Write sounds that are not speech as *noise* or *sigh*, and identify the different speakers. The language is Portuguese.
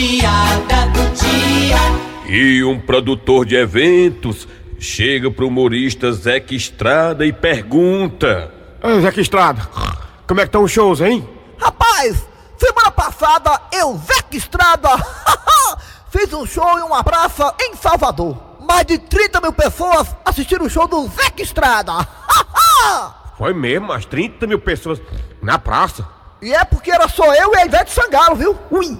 Speaker 1: piada do dia.
Speaker 2: E um produtor de eventos chega pro humorista Zeca Estrada e pergunta.
Speaker 3: Ô, Zeca Estrada, como é que estão os shows, hein?
Speaker 4: Rapaz, semana passada eu, Zeca Estrada, *laughs* fiz um show em uma praça em Salvador. Mais de 30 mil pessoas assistiram o show do Zeca Estrada. *laughs*
Speaker 3: Foi mesmo, as 30 mil pessoas na praça.
Speaker 4: e é porque era só eu e a Ivete Sangalo, viu? Ui!